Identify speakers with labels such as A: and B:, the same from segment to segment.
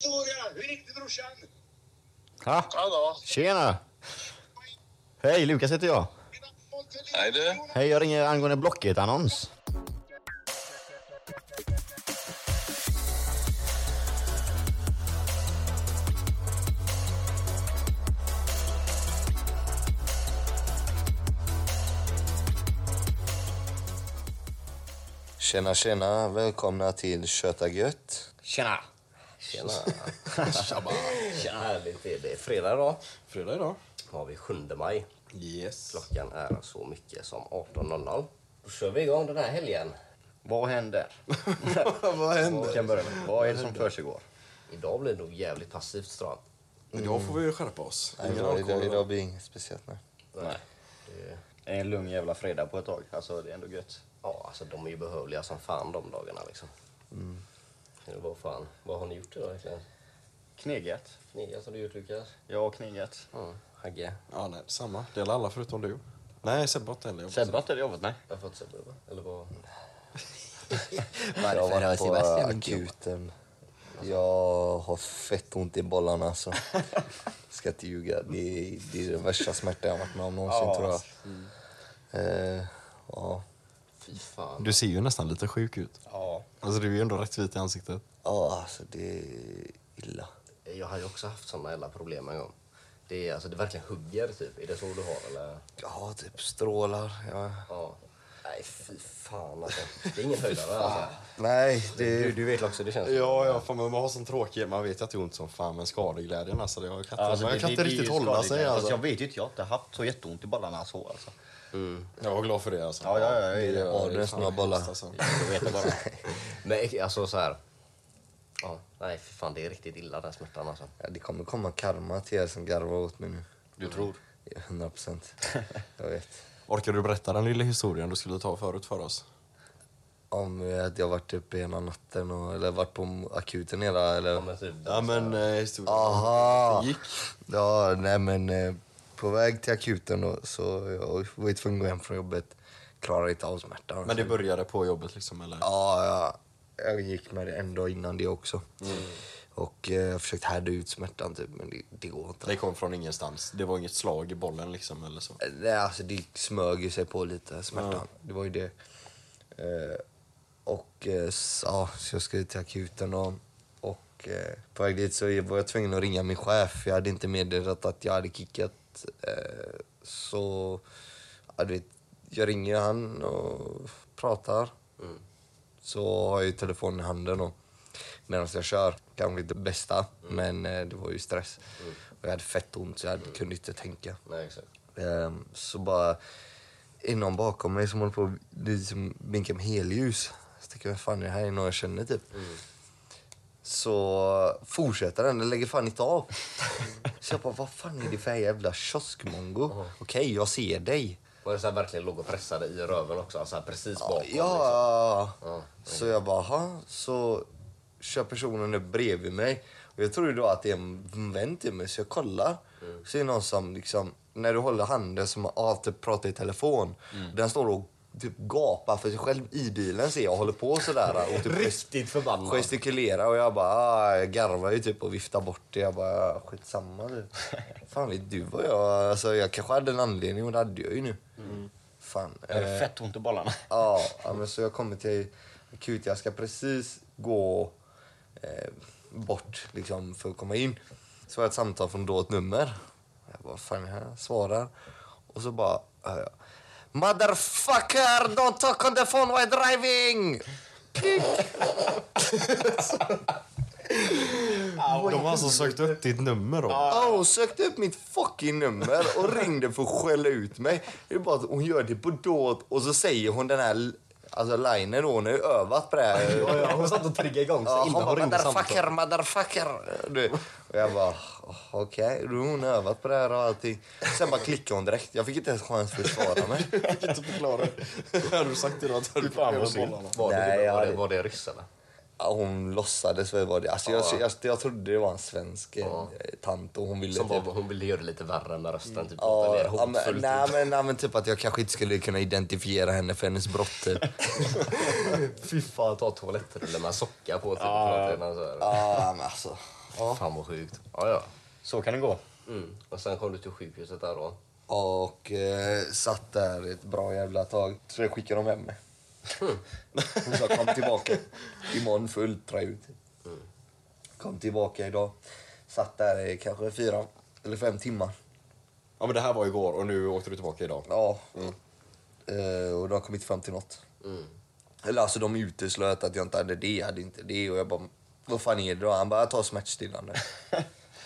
A: Victoria! Hur gick det brorsan?
B: Ha,
C: Hallå.
B: tjena! Hej, Lukas heter jag.
C: Hej du.
B: Hej, jag ringer angående Blocket-annons.
C: Tjena, tjena. Välkomna till Köta gött.
B: Tjena!
D: Tjena.
E: Tjabba.
D: Tjena. Härligt. är Det Det är fredag idag.
E: Fredag idag.
D: Då har vi 7 maj.
E: Yes.
D: Klockan är så mycket som 18.00. Då kör vi igång den här helgen. Vad händer?
E: Vad
B: Vi
E: händer?
B: kan börja med. Vad är det som försiggår?
D: Idag blir det nog jävligt passivt strand.
E: Idag får vi skärpa oss.
C: Nej, idag, idag, idag blir inget speciellt. Nej.
D: Nej.
B: Det är en lugn jävla fredag på ett tag. Alltså, det är ändå gött.
D: Ja, alltså de är ju behövliga som fan de dagarna liksom. Mm. Vad fan, vad har ni gjort idag egentligen?
B: Knegat.
D: Knegat har du gjort Lukas?
B: Jag har knegat.
D: Ja. Hagge?
E: Ja, nej, samma. Det gäller alla förutom du. Nej, Sebbe har inte heller.
B: Sebbe har inte jobbat, nej.
D: Jag har fått Sebbe va? Eller vad?
C: Jag har
D: har
C: varit på
D: Sebastian inte
C: akuten. Jag har fett ont i bollarna alltså. Ska inte ljuga. Det är, det är den värsta smärtan jag har varit med om någonsin
B: Ja,
C: tror jag. Eh, ja.
D: Fy fan.
E: Du ser ju nästan lite sjuk ut.
B: Ja.
E: Alltså du är ju ändå rätt vit i ansiktet.
C: ja, alltså det är illa.
D: Jag har ju också haft såna jävla problem en gång. Det är alltså, det verkligen hugger typ. Är det så du har eller?
C: Ja, typ strålar. Ja.
D: Ja. Nej, fy fan alltså. Det är ingen höjdare alltså.
C: Nej,
D: Du,
C: det...
D: du vet också hur det känns.
E: Ja, ja, fan, men man har sån tråkig... Man vet ju att det är ont som fan, men skadeglädjen alltså. Det, jag kan inte,
B: Alltså,
E: man
B: det-
E: kan
B: det-
E: inte
B: det är
E: riktigt
B: ju
E: hålla
B: skadligt.
E: sig
B: Alltså,
E: alltså.
B: jag
E: Jag...
B: vet ju inte, jag har inte haft så jätteont i ballarna så alltså.
E: var glad för det alltså.
B: Ja, ja, ja, ja, ja.
E: fan
C: det är snabba bollar.
E: hemskt, alltså.
D: Jag vet det bara. Men alltså så här. Ja, nej, för fan det är riktigt illa den smärtan alltså.
C: Ja, det kommer komma karma till er som garvar åt mig nu.
B: Du tror?
C: Ja, 100 procent. Jag vet.
E: Orkar du berätta den lilla historien du skulle ta förut för oss?
C: Om eh, att jag varit uppe hela natten och, eller varit på akuten hela... Eller...
D: Ja, men typ,
E: Ja, men eh, historien...
C: Aha!
E: Det gick.
C: Ja, nej men eh, på väg till akuten då, så jag var ju tvungen att gå hem från jobbet. Klarade inte av smärtan.
E: Men det började på jobbet liksom, eller?
C: Ja, ja. Jag gick med det en dag innan det också. Och eh, jag försökte härda ut smärtan typ, men det, det går inte.
E: Det kom från ingenstans. Det var inget slag i bollen liksom, eller så.
C: Nej, alltså det smög ju sig på lite, smärtan.
E: Ja.
C: Det var ju det. Eh, och eh, s- ja, så jag skulle till akuten då. Och eh, på väg dit så var jag tvungen att ringa min chef. Jag hade inte meddelat att jag hade kickat. Eh, så, ja, du vet, jag ringer ju han och pratar.
D: Mm.
C: Så har jag ju telefonen i handen då. Medan jag kör. Kanske inte det bästa,
D: Mm.
C: men eh, det var ju stress. Och jag hade fett ont så jag kunde inte tänka.
D: Nej, exakt.
C: Ehm, så bara är någon bakom mig som håller på att liksom blinka med helljus. Så tänker jag, vad fan är det här? Är det någon jag känner typ? Så fortsätter den, den lägger fan inte av. Så jag bara, vad fan är det för jävla kioskmongo? Okej, jag ser dig.
D: Var det så här verkligen låg och pressade i röven också? Alltså här precis
C: Ja,
D: bakom? liksom.
C: ja.
D: Ja.
C: Så jag bara, "Aha." så kör personen upp bredvid mig. Och jag tror ju då att det är en vän till mig, så jag kollar.
D: Mm.
C: Så är det någon som liksom, när du håller handen som har typ pratar i telefon.
D: Mm.
C: Den står och typ gapar för sig själv i bilen ser jag och håller på sådär. Och typ gest-
D: Riktigt förbannad.
C: gestikulerar och jag bara, ah, jag garvar ju typ och viftar bort det. Jag bara, skitsamma du. Fan vet du vad jag, alltså jag kanske hade en anledning och det hade jag ju nu.
D: Mm.
C: Fan.
B: Jag
C: eh,
B: har fett ont i bollarna.
C: Ja, ja, men så jag kommer till akut. Jag ska precis gå eh, bort liksom, för att komma in. Så har jag ett samtal från då ett nummer. Jag bara, fan är det här? Svarar. Och så bara, hör jag. Motherfucker, don't talk on the phone while driving!
E: De har alltså sökt upp ditt nummer då?
C: Ja, hon Oh, sökte upp mitt fucking nummer och ringde för att skälla ut mig. Det är bara att hon gör det på dåt och så säger hon den här alltså linen då, hon har ju övat på det här.
D: Ja, ja, hon satt och triggade igång
C: Ja,
D: så
C: hon
D: innan hon
C: bara
D: ringde samtalet.
C: motherfucker, motherfucker. Du, och jag bara okej, okay. hon har övat på det här och allting. Sen bara klickade hon direkt. Jag fick inte ens chans för att svara mig.
E: Jag kan inte förklara. Hade du sagt idag att du hade problem med bollarna?
D: Var det,
C: Nej, jag
D: var, det,
C: hade-
D: var det ryss eller?
C: Ja, Hon låtsades väl vara det. Alltså, jag, jag, jag trodde det var en svensk eh, tant och hon ville
D: Som var,
C: typ...
D: hon ville göra det lite värre med rösten. Typ, låta
C: Ja,
D: mer
C: ja, men,
D: hotfullt.
C: nej, men, nej men typ att jag kanske inte skulle kunna identifiera henne för hennes brott typ.
D: Fy fan, ta toalettrullen med en socka på. Typ, ja.
C: Ja men alltså.
D: Fan vad sjukt. Ja, ja.
B: Så kan det gå.
D: Mm. Och sen kom du till sjukhuset där då.
C: Och eh, satt där ett bra jävla tag. Så jag skickade de hem mig.
D: Mm.
C: Hon sa kom tillbaka. Imorgon för ultraljud.
D: Mm.
C: Kom tillbaka idag. Satt där i kanske fyra eller fem timmar.
E: Ja men det här var igår och nu åkte du tillbaka idag.
C: Ja.
D: Mm.
C: Eh, och de har kommit fram till något. Eller alltså de uteslöt att jag inte hade det, jag hade inte det. Och jag bara, vad fan är det då? Han bara, jag tar smärtstillande.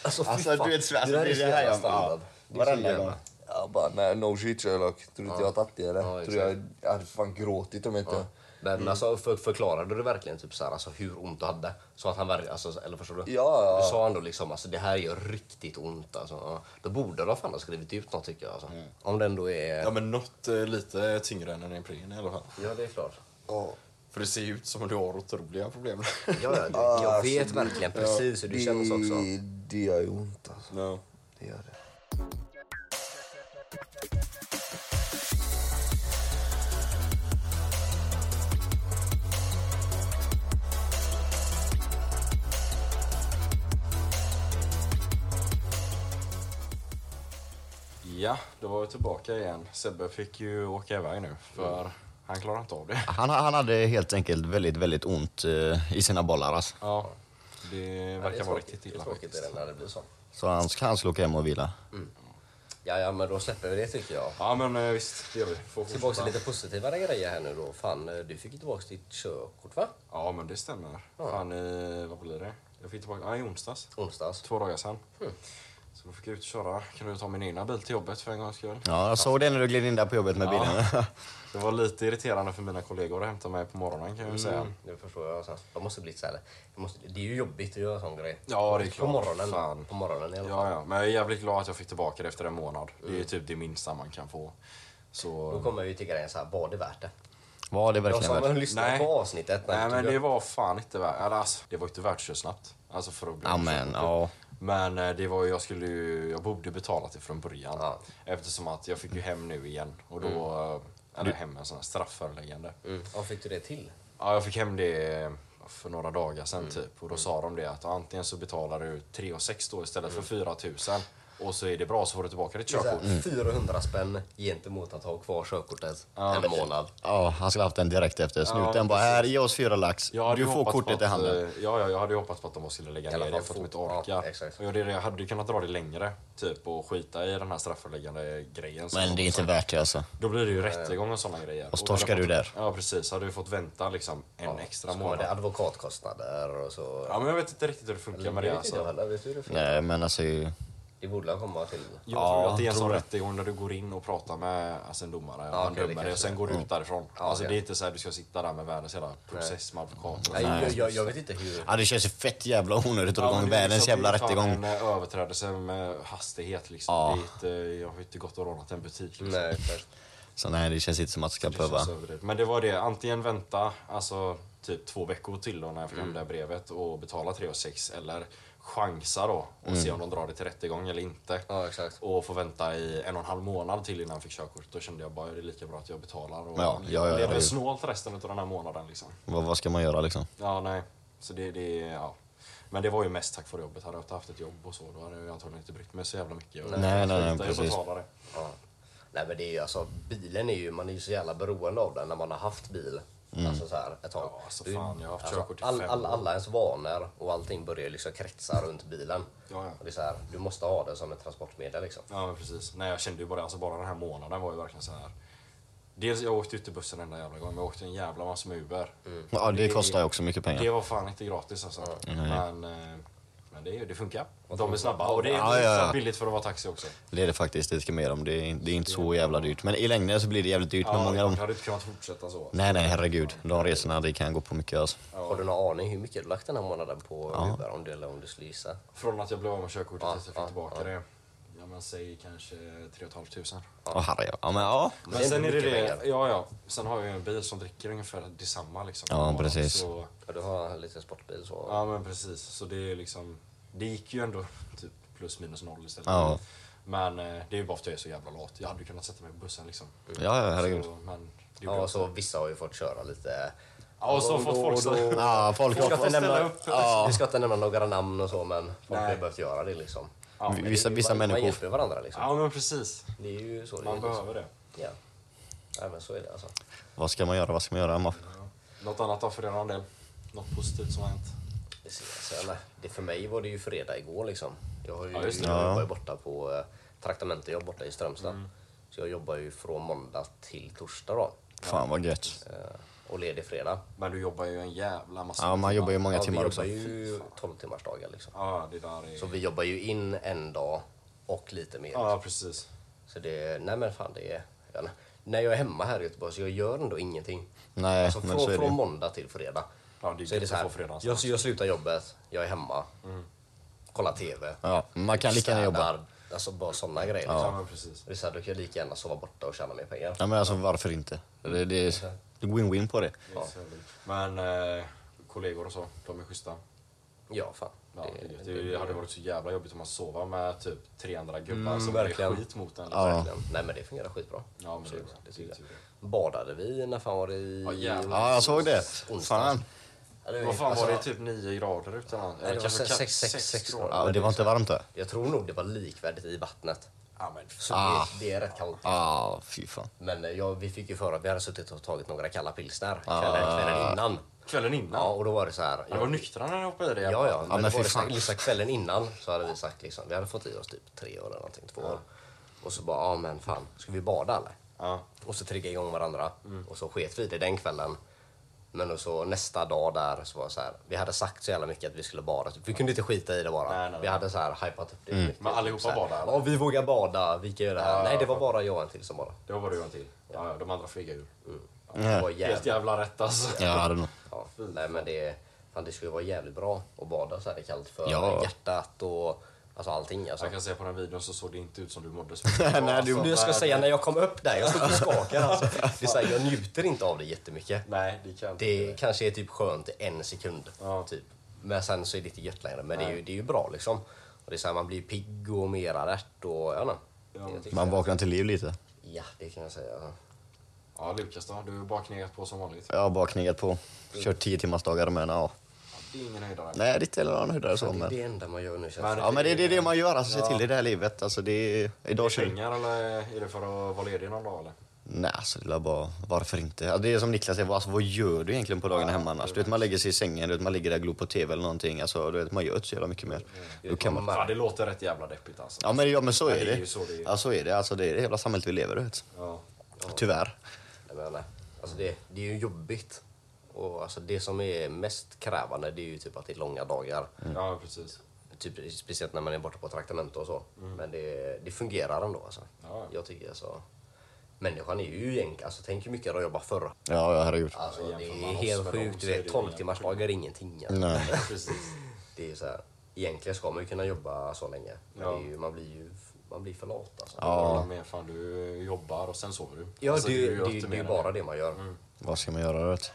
D: Alltså, fy
B: Alltså,
D: fan.
B: du vet, Sven, alltså,
D: där
B: det är
D: så
B: det här
D: jävla
B: jag-
D: standard.
B: ja.
D: Det är så
B: Varenda
D: jävla-
B: gång.
C: Jag bara, nej no shit Sherlock. Tror du inte jag har tagit det eller?
D: Ja,
C: Tror jag, jag hade fan gråtit om jag inte...
D: Ja. Men
B: Mm.
D: alltså, för, förklarade du verkligen typ så här, alltså, hur ont du hade? Så att han verkligen, alltså, eller förstår du?
C: Ja, ja.
D: Du sa ändå liksom alltså, det här gör riktigt ont. Alltså, ja. Då borde de fan ha skrivit ut något tycker jag. Alltså.
B: Mm.
D: Om det ändå är...
E: Ja men något eh, lite tyngre än en Ipren i alla fall.
D: Ja, det är klart.
C: Ja.
E: För det ser ju ut som att du har otroliga problem.
D: Ja, ja, det-
C: Ja,
D: jag
C: alltså,
D: vet
C: det-
D: verkligen precis hur det känns också.
C: Det, det gör ju ont alltså.
E: no.
C: Det gör det.
E: Ja, då var vi tillbaka igen. Sebbe fick ju åka iväg nu för han klarar inte av det.
B: Han, han hade helt enkelt väldigt, väldigt ont eh, i sina bollar. Alltså.
E: Ja, det verkar vara riktigt
D: Det är
E: illa
D: tråkigt
E: faktiskt.
D: det när det blir så.
B: Så han, han skulle åka hem och vila.
D: Ja, ja, men då släpper vi det tycker jag.
E: Ja men eh, visst, det gör vi. Får
D: Tillbaka till
E: fortsätta.
D: lite positivare grejer här nu då. Fan, eh, du fick ju tillbaka ditt körkort va?
E: Ja men det stämmer. Fan, eh, vad blir det? Jag fick tillbaka, ja i onsdags.
D: Onsdags. Mm.
E: Två dagar sedan. Så då fick jag ut och köra. Kunde ta min egna bil till jobbet för en gångs skull.
B: Ja, alltså. jag såg det när du gled in där på jobbet med bilen.
E: Det var lite irriterande för mina kollegor att hämta mig på morgonen kan jag ju säga.
D: Nu förstår jag. Alltså, de måste bli så här. De måste, det är ju jobbigt att göra sån grej.
E: Ja, det är
D: På
E: klart.
D: morgonen.
E: Fan.
D: På morgonen i alla fall.
E: Ja, ja, men jag är jävligt glad att jag fick tillbaka det efter en månad. Det är typ det minsta man kan få.
D: Då
E: Så...
D: kommer jag ju till grejen så här, var det värt det?
B: Var det
D: De
B: verkligen
D: som
B: värt det?
D: lyssnade
E: Nej.
D: på avsnittet. typ, när
E: Nej
D: vi
E: men
D: tog
E: det
D: upp-
E: var fan inte värt... eller, Alltså, det var inte värt så snabbt. Alltså för att bli
B: Ja, men, ja.
E: Men eh, det var ju, jag skulle ju, jag borde betalat det från början.
D: Ja. Mm.
E: Eftersom att jag fick ju hem nu igen. Och då, eh, eller hem, en sån här straffföreläggande.
D: Mm. Ja, fick du det till?
E: Ja, jag fick hem det för några dagar sedan
D: Mm.
E: typ. Och då sa de det att antingen så betalar du 3 och 6 då istället
D: Mm.
E: för 4 000 och så är det bra så får du tillbaka ditt
D: Det är så
E: körkort.
D: här, 400 spänn gentemot att ha kvar körkortet en månad.
B: Ja, han skulle haft den direkt efter. Snuten bara, här, ge oss fyra lax.
E: Jag hade
B: Du
E: ju
B: får
E: hoppats på
B: kortet i
E: att,
B: handen.
E: eh, Ja, ja, jag hade ju hoppats på att de bara skulle lägga
D: Eller
E: ner
D: bara
E: det för att de
D: få-
E: inte
D: ja,
E: orkar.
D: exakt.
E: och jag, det, jag hade ju kunnat dra det längre typ och skita i den här strafföreläggande grejen. som-
B: Men det är inte värt det alltså.
E: Då blir det ju rättegång och sådana grejer.
B: Och så torskar
E: hade
B: du
E: fått-
B: där.
E: Ja, precis. Hade du fått vänta liksom en extra
D: Så kommer det
E: månad.
D: advokatkostnader och så.
E: Ja, men jag vet inte riktigt hur det funkar med det
D: vet inte jag
E: alltså.
D: heller. Vet du hur det funkar?
B: Nej, men alltså...
D: Det borde han komma till.
E: Jag
B: Ja,
E: tror att det är en
B: tror
E: sån
B: det.
E: rättegång där du går in och pratar med alltså, en domare,
D: Ja,
E: han
D: okej, det
E: dömer dig och
D: kanske
E: sen går du ut därifrån. alltså,
D: okej.
E: Det är inte så här du ska sitta där med världens hela process med advokater. och
D: Nej,
E: sånt.
D: jag, jag, jag vet inte hur.
B: Ja, det känns ju fett jävla onödigt att dra
E: Ja, men
B: igång
E: det är
B: världens
E: liksom-
B: jävla
E: det är fan
B: rättegång.
E: en eh, överträdelse med hastighet liksom.
B: Ja.
E: Det är inte, jag har ju inte gått och rånat en butik liksom.
D: Nej, exakt.
B: Så nej, det känns inte som att det ska
E: Det känns
B: behöva...
E: överdrivet. Men det var det, antingen vänta alltså, typ två veckor till då när jag
B: Mm.
E: fick hem det här brevet och betala 3 och 6 eller chansa då och
B: Mm.
E: se om de drar det till rättegång eller inte.
D: Ja, exakt.
E: Och få vänta i en och en halv månad till innan jag fick körkort. Då kände jag bara att det är lika bra att jag betalar och
B: Ja, ja, ja,
E: lever
B: ja.
E: snålt resten av den här månaden. Liksom.
B: Vad, vad ska man göra liksom?
E: Ja, nej. Så det, det, ja. Men det var ju mest tack vare jobbet. Hade jag inte haft ett jobb och så då hade jag antagligen inte brytt mig så jävla mycket. Och
B: Nej, nej, nej,
E: skitade i att
B: precis.
E: betala det.
D: Ja. Nej men det är ju alltså, bilen är ju, man är ju så jävla beroende av den när man har haft bil. Alltså så här ett tag.
E: Mm. Ja, alltså
D: Det är ju-
E: fan, jag har haft körkort i
D: all,
E: fem
D: all,
E: år.
D: Alla ens vanor och allting börjar ju liksom kretsa runt bilen.
E: Ja, ja.
D: Och det är så här, du måste ha den som ett transportmedel liksom.
E: Ja, men precis. Nej, jag kände ju bara, alltså bara den här månaden var ju verkligen så här. Dels jag åkte ut i bussen en jävla gång, men jag åkte en jävla massa med Uber.
B: Ja, det kostar ju också mycket
E: Det
B: pengar. Mm,
E: var fan inte gratis alltså. Men, eh, men det, det funkar. De är snabba och det är
B: Ja, ja, ja.
E: billigt för att vara taxi också.
B: Det är det faktiskt, det ska med om. Det är, det är inte så jävla dyrt. Men i längden så blir det jävligt dyrt med
E: Ja,
B: många
E: jag
B: av dem.
E: hade inte kunnat fortsätta så.
B: Nej, nej, herregud. De resorna, det kan gå på mycket alltså.
D: Har du någon aning hur mycket du lagt den här månaden på Uber om du, eller om du skulle gissa?
E: Från att jag blev av med körkortet
D: Ja,
E: tills jag
D: ja,
E: fick tillbaka
D: ja.
E: det. Ja men säg kanske 3 500.
B: Åh, herregud. Ja, men ja.
E: Men
D: det är
E: sen är
D: inte
E: det
D: mycket
E: det,
D: pengar.
E: ja ja. Sen har jag ju en bil som dricker ungefär detsamma liksom.
B: Ja,
E: Månaden,
B: precis.
E: Så,
D: Ja, du har en liten sportbil så.
E: Ja men precis, så det är liksom Det gick ju ändå typ plus minus noll istället
B: Ja.
E: Men eh, det är ju bara för att jag är så jävla lat Jag hade ju kunnat sätta mig på bussen liksom
B: Ja, ja, herregud.
E: så, Men det gjorde
D: Ja,
E: jag
D: så
E: så...
D: vissa har ju fått köra lite
E: Ja, och så har fått folk så...
B: Ja, folk
D: Vi
E: Folk
D: ska,
E: får
D: inte
E: ställa
D: nämna,
E: upp.
D: ja. vi ska inte nämna några namn och så, men folk har
E: Nej.
D: ju behövt göra det liksom.
B: v- vissa, vissa
D: man, Man
B: människor...
D: hjälper varandra liksom.
E: Ja, men precis.
D: Det är ju så det
E: Man
D: är. Liksom.
E: behöver det.
D: Ja. Nej, men så är det alltså.
B: Vad ska man göra? Vad ska man göra? Man-
E: Något annat då för er del? Något positivt som har hänt?
D: Det ser jag. Så, nej, det för mig var det ju fredag igår liksom. Jag, har ju,
E: Ja, just det. Mm.
D: jag
B: Ja.
D: var ju borta på eh, traktamentejobb borta i Strömstad. Så jag jobbar ju från måndag till torsdag då.
B: Fan vad gött.
D: Eh, och ledig fredag.
E: Men du jobbar ju en jävla massa
B: Ja, man jobbar ju många
D: Ja, vi
B: timmar också.
D: jobbar ju 12 timmarsdagar liksom.
E: Ja, det där är...
D: Så vi jobbar ju in en dag och lite mer.
E: Ja, precis.
D: Så det, nej men fan det är... ja, nej. när jag är hemma här i Göteborg så jag gör ändå ingenting.
B: Nej,
D: alltså
B: men
D: från,
B: så är det
D: från
B: ju.
D: måndag till fredag.
E: Ja, det är
D: så
E: gött
D: är det
E: att
D: så här,
E: få fredags-
D: jag, jag slutar jobbet, jag är hemma,
E: Mm.
D: kollar TV,
B: Ja, man kan lika gärna jobba.
D: städar. Alltså bara sådana grejer
E: Ja,
D: liksom.
E: men precis.
D: Det är så här, då kan jag lika gärna sova borta och tjäna mer pengar.
B: Ja, men alltså varför inte? Det, det är det är win-win på det.
E: Det är så jävla- Men eh, kollegor och så, de är schyssta.
D: Ja, fan.
E: Ja, det, är gött. det, det hade varit så jävla jobbigt om man sova med typ 300 gubbar som
D: Mm, verkligen.
E: är skit mot en. liksom.
B: Ja.
D: Verkligen. Nej men det fungerar skitbra.
E: Ja, men det är bra.
D: Absolut,
E: Det är
D: tycker jag.
E: tur
D: Badade vi, när fan var det? I...
E: Ja, jävlar.
B: Ja, jag såg det.
D: Onsdags.
B: Fan.
D: Ja, det var-
E: Vad fan
D: alltså,
E: var det? Typ 9 grader ute? eller nåt?
D: det
E: Eller
D: var
E: kanske
D: sex-
E: sex-
D: sex-
E: sex
D: sex
E: grader.
B: Ja, det var inte varmt där.
D: Jag tror nog det var likvärdigt i vattnet.
E: Ja, men
D: Så
B: Ah.
D: det, det är rätt kallt.
B: Ja, fy fan.
D: Men eh, ja, vi fick ju för att vi hade suttit och tagit några kalla pilsner
B: Ah.
D: kvällen, kvällen innan.
E: Kvällen innan?
D: Ja, och då var det så här.
E: Jag var nyktra när jag hoppade i det.
D: Ja, ja. Men
B: men
D: det
B: fy
D: var det så här,
B: fan.
D: liksom kvällen innan så hade vi sagt liksom, vi hade fått i oss typ tre år eller någonting, två år. Och så bara, ja men fan, ska vi bada eller?
E: Ja.
D: Och så triggade igång varandra
E: Mm.
D: och så sket vi i det den kvällen. Men då så nästa dag där så var det så här, vi hade sagt så jävla mycket att vi skulle bada. typ. Vi kunde inte skita i det bara.
E: Nej, nej, nej.
D: Vi hade så här hypat upp det mycket.
E: Men allihopa
D: Så här,
E: badade, eller?
D: Ja, vi vågar bada, vi kan göra det här.
E: Ja,
D: nej, det var
E: ja.
D: bara jag och en till som badade.
E: Då var det ju en till. Ja, ja, de andra fegade Mm. ur.
D: Ja, det var
E: Helt
D: jävligt.
E: jävla rätt alltså.
B: Ja, det är nog.
D: Ja, nej, men det, fan, det skulle vara jävligt bra att bada så här i kallt för
B: Ja.
D: hjärtat och alltså, allting. Alltså.
E: Jag kan se på den videon så såg det inte ut som du mådde så mycket.
B: Nej, du-
E: Alltså,
D: Du ska
E: men-
D: säga när jag kom upp där, jag stod och skakade alltså. Det är så här, jag njuter inte av det jättemycket.
E: Nej, det kan
D: Det kanske är typ skönt i en sekund.
E: Ja.
D: Typ. Men sen så är det inte gött längre. Men det är, ju, det är ju bra liksom. Och det är så här, man blir pigg och mer alert och ja, nej.
E: Ja.
D: Jag tycker-
B: Man vaknar till liv lite.
D: ja, det kan jag säga.
E: Ja, Lukas då? Du har bara knegat på som vanligt.
B: Jag har bara knegat på. Kört tio timmars dagar men ja.
E: Ja, Det är ingen höjdare.
B: Nej, det är inte någon höjdare så
D: Det är
B: men...
D: det enda man gör nu känns det
E: Men-
D: som.
B: Ja men det är det, är det man gör, alltså se till det i det här livet. Alltså det är... Idag kör
E: Pengar eller är det för att vara ledig någon dag eller?
B: Nej, alltså det är bara, varför inte? Alltså, det är som Niklas säger, alltså, vad gör du egentligen på dagarna hemma annars? Du vet, man lägger sig i sängen, du vet, man ligger där och glor på TV eller någonting. Alltså, du vet, man gör inte så jävla mycket mer. Då kan man...
E: Fan, det låter rätt jävla deppigt alltså.
B: Ja men, ja, men så
E: Ja,
B: är
E: det är
B: det.
E: ju så det är.
B: Ja, så är det. Alltså, det är det jävla samhället vi lever i, vet.
E: Ja.
B: Tyvärr.
D: Jag menar, alltså det, det är ju jobbigt. Och alltså det som är mest krävande det är ju typ att det är långa dagar.
E: Ja, precis.
D: Typ, speciellt när man är borta på traktamente och så. Men det, det fungerar ändå alltså.
E: Ja.
D: Jag tycker alltså. Människan är ju egentligen, alltså tänk hur mycket de jobbar förr.
B: Ja, ja herregud.
D: Alltså
E: Ja,
D: det
E: jämför
D: är
E: man oss
D: helt
E: med dem
D: sjukt,
E: så
D: du
E: är det
D: vet
E: ju
D: 12 timmars dagar är ingenting. Alltså.
B: Nej.
E: Precis.
D: Det är ju så här, egentligen ska man ju kunna jobba så länge. Men
E: Ja.
D: det är ju, man blir ju man blir för lat alltså.
E: Ja. Jag håller med, fan du jobbar och sen sover du.
D: Ja,
E: Alltså,
D: det,
E: du gör
D: är ju- det, är ju-
E: inte
D: det är
E: mer
D: ju
E: än
D: bara det man gör.
E: Mm.
B: Vad ska man göra, vet?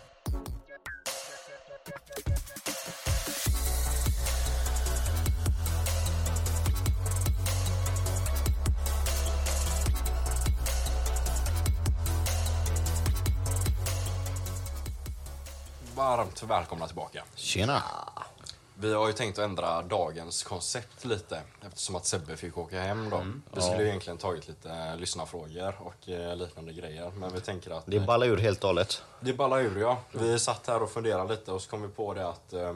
E: det. Varmt välkomna tillbaka.
B: Tjena!
E: Vi har ju tänkt att ändra dagens koncept lite eftersom att Sebbe fick åka hem då.
D: Mm.
E: Vi skulle ju egentligen tagit lite eh, lyssnarfrågor och eh, liknande grejer men vi tänker att
B: Det ballar ur helt och hållet.
E: Det ballar ur ja. Vi satt här och funderade lite och så kom vi på det att eh,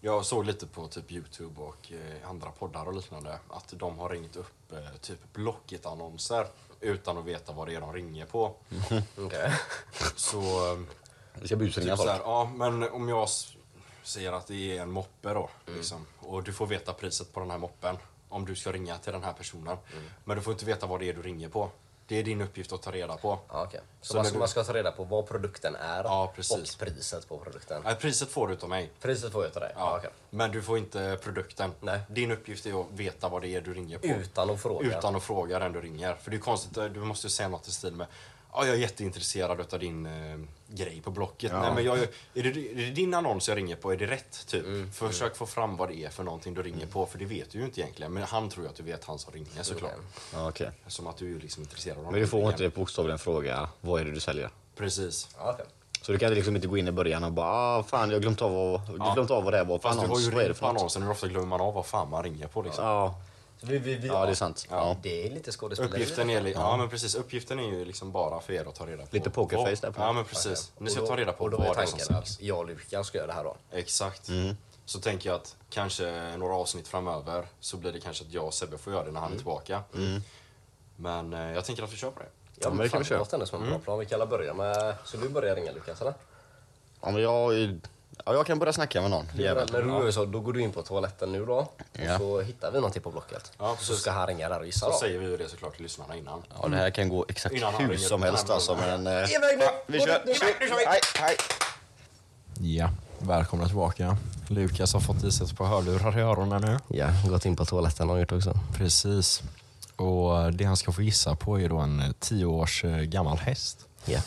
E: jag såg lite på typ Youtube och eh, andra poddar och liknande att de har ringt upp eh, typ Blocket-annonser utan att veta vad det är de ringer på.
D: Okej.
E: Så eh,
B: Vi ska busringa
E: typ så
B: folk.
E: här, ja men om jag s- säger att det är en moppe då liksom, och du får veta priset på den här moppen om du ska ringa till den här personen. Men du får inte veta vad det är du ringer på. Det är din uppgift att ta reda på.
D: Ja, okej. Så,
E: Så
D: man,
E: när
D: ska-
E: du-
D: man ska ta reda på vad produkten är
E: Ja, precis.
D: och priset på produkten.
E: Nej, priset får du utav mig.
D: Priset får jag ta dig.
E: Ja,
D: okej.
E: Men du får inte produkten.
D: Nej.
E: Din uppgift är att veta vad det är du ringer på.
D: Utan att fråga.
E: Utan att fråga den du ringer. För det är konstigt, eh, du måste ju säga något i stil med Ja, jag är jätteintresserad utav din eh, grej på Blocket. Nej, men jag, är, är, det, är det din annons jag ringer på? Är det rätt? Typ?
D: Mm.
E: Försök få fram vad det är för någonting du ringer på, för det vet du ju inte egentligen. Men han tror ju att du vet, han som ringer såklart.
B: Ja, okej.
E: Som att du är liksom intresserad av
B: Men du får
E: någonting.
B: inte det bokstavligen fråga, vad är det du säljer?
E: Precis.
D: Ja, okej.
B: Så Så du kan liksom inte gå in i början och bara ah, fan jag har glömt av vad,
E: Ja.
B: jag glömt av vad det här var för
E: Fast du har
B: annons.
E: ju
B: Vad är det
E: ringt på
B: för något?
E: annonsen hur ofta glömmer man av vad fan man ringer på liksom.
B: Ja,
D: Vi, vi, vi,
B: ja, det är sant. Ja.
D: Det är lite skådespeleri.
E: Uppgiften är, li- ja. men precis, uppgiften är ju liksom bara för er att ta reda på.
B: Lite pokerface
E: vad-
B: där på
E: Ja
B: mig.
E: men precis.
D: Och
E: Ni ska
D: då-
E: ta reda på
D: Och då
E: vad
D: är
E: det är som
D: tanken
E: säljs.
D: att jag och Lukas ska göra det här då.
E: Exakt. Så tänker jag att kanske några avsnitt framöver så blir det kanske att jag och Sebbe får göra det när han är tillbaka. Men eh, jag tänker att vi kör på det.
B: Ja, men det
D: fan,
B: kan vi köra.
D: låter ändå som en
E: Mm.
D: bra plan. Vi kan alla börja med... Så du börjar ringa Lukas, eller?
B: Ja, men jag, ja, jag kan börja snacka med någon jävel.
D: När du gör så, då går du in på toaletten nu då.
B: Ja.
D: Och så hittar vi någonting på Blocket.
E: Ja,
D: så ska han ringa där och gissa
E: Då
D: då.
E: säger vi ju det såklart till lyssnarna innan.
B: Ja, det här kan gå exakt
E: Innan han
B: hur
E: ringer
B: som
E: den här
B: helst alltså. Men, eh,
D: Iväg nu!
B: vi
D: Gå
B: kör!
D: dit nu! Iväg, nu kör vi!
B: Hej, hej!
E: Ja, välkomna tillbaka. Lukas har fått i sig ett par hörlurar i öronen nu.
D: Ja, gått in på toaletten har han gjort också.
E: Precis. Och eh, det han ska få gissa på är då en 10 års eh, gammal häst
D: Ja.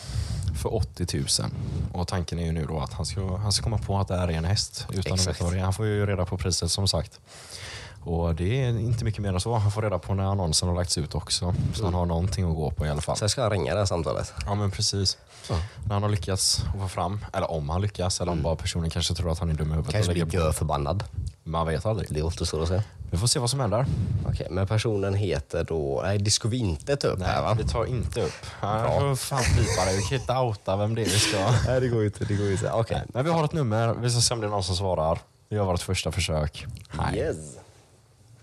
E: för 80 000. Och tanken är ju nu då att han ska, han ska komma på att det här är en häst. Utan att
D: Exakt.
E: veta vad det är. Han får ju reda på priset som sagt. Och det är inte mycket mer än så. Han får reda på när annonsen har lagts ut också. Så han har någonting att gå på i alla fall.
D: Sen ska han ringa det här samtalet.
E: Ja men precis. När han har lyckats att få fram, eller om han lyckas, eller om bara personen kanske tror att han är dum i huvudet.
D: Mm. Kanske
E: och lägger
D: blir görförbannad.
E: på. Man vet aldrig.
D: Det är återstår att se.
E: Vi får se vad som händer.
D: Okej, men personen heter då... Nej, typ. det ska vi inte ta upp här va?
E: vi tar inte upp. Ja, jag får fan pipa det. Vi kan inte outa vem det är vi ska...
D: Nej, det går inte. Det går inte. Okej.
E: Men vi har ett nummer. Vi ska se om det är någon som svarar. Vi gör vårt första försök.
D: Yes.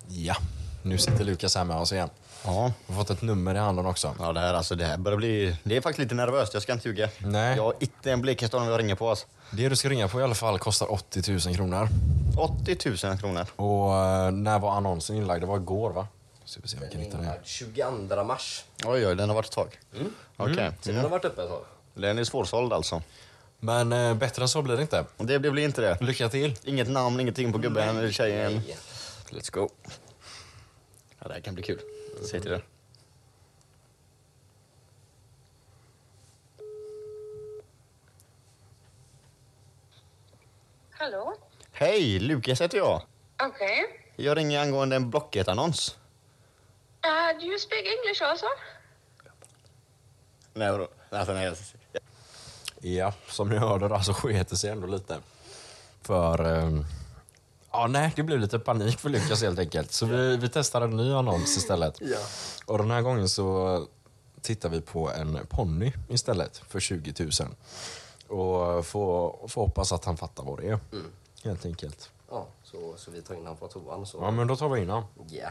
E: Ja, nu sitter Lukas här med oss igen.
B: Ja.
E: Vi har fått ett nummer i handen också.
B: Ja, det här, alltså, det här börjar bli... Det är faktiskt lite nervöst, jag ska inte ljuga.
E: Nej.
B: Jag har inte en blekaste aning om vad jag ringer på. Alltså.
E: Det du ska ringa på i alla fall kostar 80 000 kronor.
B: 80 000 kronor.
E: Och eh, när var annonsen inlagd? Det var igår va? Ska vi se om vi kan hitta den.
D: 22 mars.
B: Oj, oj, den har varit ett tag.
E: Mm.
B: Okej. Mm.
D: Så den har varit uppe ett tag.
B: Den är svårsåld alltså.
E: Men eh, bättre än så blir det inte.
B: Och Det blir inte det.
E: Lycka till!
B: Inget namn, ingenting på gubben eller tjejen.
D: Nej.
B: Let's go. Ja, det här kan bli kul. Säg till det.
A: Hallå?
B: Hej, Lukas heter jag.
A: Okej.
B: Jag ringer angående en Blocket-annons.
A: Uh, do you speak English also?
B: Nej, vadå? Alltså, nej, jag-
E: Ja, som ni hörde där så sket det sig ändå lite. För... Eh, ja, nej, det blev lite panik för Lukas helt enkelt. Så vi, vi testade en ny annons istället. Och den här gången så tittar vi på en ponny istället för 20 000. Och får, får hoppas att han fattar vad det är. Helt enkelt.
D: Ja, så, så vi tar in honom från toan. Så.
E: Ja, men då tar vi in honom.
D: Ja.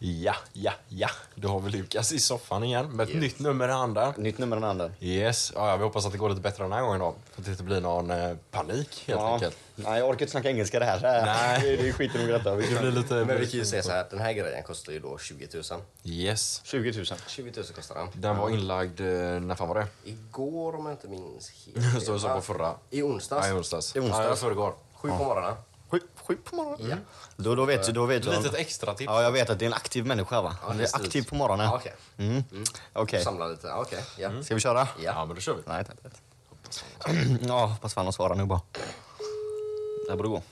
E: Ja, ja, ja. Då har vi Lukas i soffan igen med ett nytt nummer i handen.
B: Nytt nummer än andra.
E: Yes, ja, ja, vi hoppas att det går lite bättre den här gången då. Så att det inte blir någon eh, panik helt enkelt.
B: Nej, jag orkar inte snacka engelska det här. Så här.
E: Nej.
B: Det, det skiter nog i detta. Vi
E: Det
B: kör.
E: blir lite...
D: Men vi kan ju säga så här, den här grejen kostar ju då 20 000.
E: Yes.
B: 20 000.
D: 20 000 kostar den.
E: Den var inlagd, eh, när fan var det?
D: Igår om jag inte minns
E: Det
D: helt
E: Står det så på förra?
D: I onsdags.
E: Ja, i onsdags.
B: I onsdags.
E: Ja, jag förrgår.
D: Sju på morgonen.
B: Sju, sju på morgonen? Då, då vet, då vet
E: Litet
B: jag.
E: extra tips.
B: Ja, jag vet att det är en aktiv människa va? Han
E: precis.
B: är aktiv på morgonen.
D: Ja, okej.
B: Mm. Okej,
D: Samla lite. Ja, Okej, ja.
E: Mm.
B: ska vi köra?
D: Ja.
E: men då kör vi.
B: Nej, tack. tack. Ja, hoppas fan de svarar nu bara. Det här borde gå.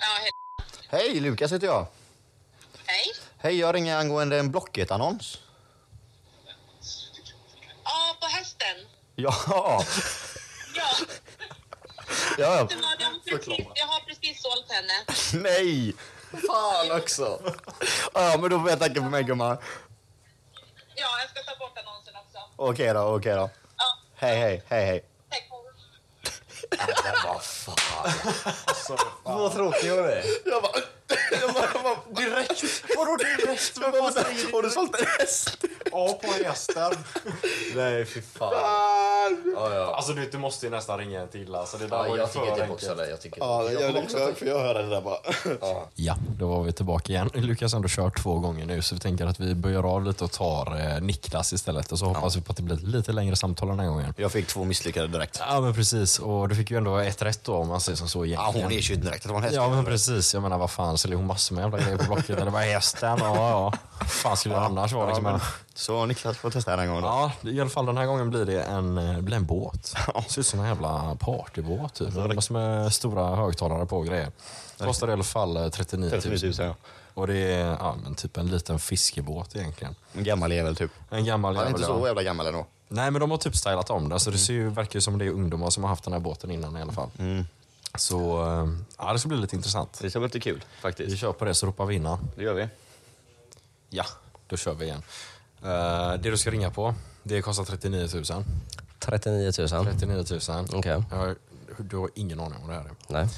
A: Ja, he-
B: Hej, Lukas heter jag.
A: hej.
B: Hej, jag ringer angående en Blocket-annons.
A: Ja, på hösten.
B: Ja,
A: Ja,
B: ja.
A: det var de precis. Jag har precis sålt henne.
B: Nej!
D: Fan också!
B: Ja, men då får jag tacka för mig gumman.
A: Ja, jag ska ta bort annonsen också.
B: Okej då, okej då.
A: Ja,
B: Hej, hej, hej, hej.
A: tack.
D: Vad fan. Vad tråkig hon är.
B: Jag bara... Jag bara, jag bara direkt! Vadå direkt? Jag bara, har du sålt en häst?
E: Ja, på hästen.
D: Nej, fy fan. Ja, ja.
E: Alltså du, du måste ju nästan ringa en till. Alltså, det där
D: Ja,
E: var ju
D: jag
E: för
D: tycker typ
E: enkelt.
D: också det. Jag tycker
B: Ja, jag, liksom, för jag hörde det där bara.
E: Ja, då var vi tillbaka igen. Lukas har ändå kört två gånger nu så vi tänker att vi böjer av lite och tar eh, Niklas istället och så hoppas vi på att det blir ett lite längre samtal den här gången.
B: Jag fick två misslyckade direkt.
E: Ja men precis och du fick ju ändå ett rätt då om man säger som så
B: Ja,
E: egentligen.
B: hon är ju direkt att det var en häst.
E: Ja men precis, jag menar vad fan säljer hon massor med jävla grejer på Blocket eller vad är hästen? Ja ja. fan skulle det annars vara liksom en...
B: Så Niklas får testa den här gången då.
E: Ja, i alla fall den här gången blir det en, eh, blir en båt. Det ser ut som en jävla partybåt typ. Det massor med stora högtalare på och grejer. Kostar i alla fall eh, 39 000.
B: 39 000, ja.
E: Och det är ja, men typ en liten fiskebåt egentligen.
B: En gammal jävel typ.
E: En gammal
B: Han är inte
E: jävel,
B: så
E: ja.
B: Mm. jävla gammal ändå.
E: Nej, men de har typ stylat om det. Så det ser ju, verkar ju som det är ungdomar som har haft den här båten innan i alla fall.
B: Mm.
E: Så eh, ja, det ska bli lite intressant.
B: Det ska bli lite kul
E: Vi
B: faktiskt.
E: kör på det så ropar vi innan.
B: Det gör vi.
E: Ja, då kör vi igen. Eh, det du ska ringa på, det kostar 39 000.
D: 39 000.
E: 39 000.
D: Okej.
E: Ja, du har ingen aning om vad det här är.
D: Nej.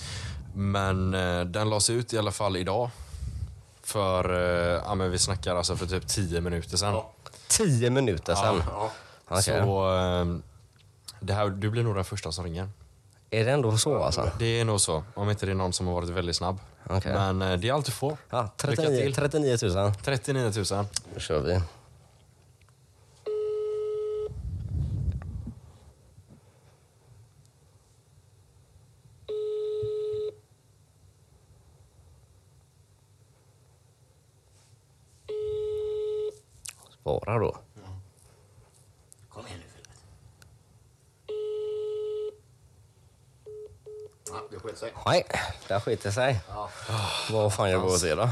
E: Men eh, den lades ut i alla fall idag. För, eh, ja men vi snackar alltså för typ 10 minuter sedan.
D: 10 minuter sen. Okej.
E: Så eh, det här, du blir nog den första som ringer.
D: Är det ändå så alltså?
E: Det är nog så, om inte det är någon som har varit väldigt snabb.
D: Okej.
E: Men eh, det är allt du får.
D: Ja,
E: Lycka
D: 39,
E: till.
D: 39 000.
E: 39 000.
D: Då kör vi. Spara då.
F: Kom igen nu Filip.
D: Nej, där skiter sig. Vad fan jag går och ser då?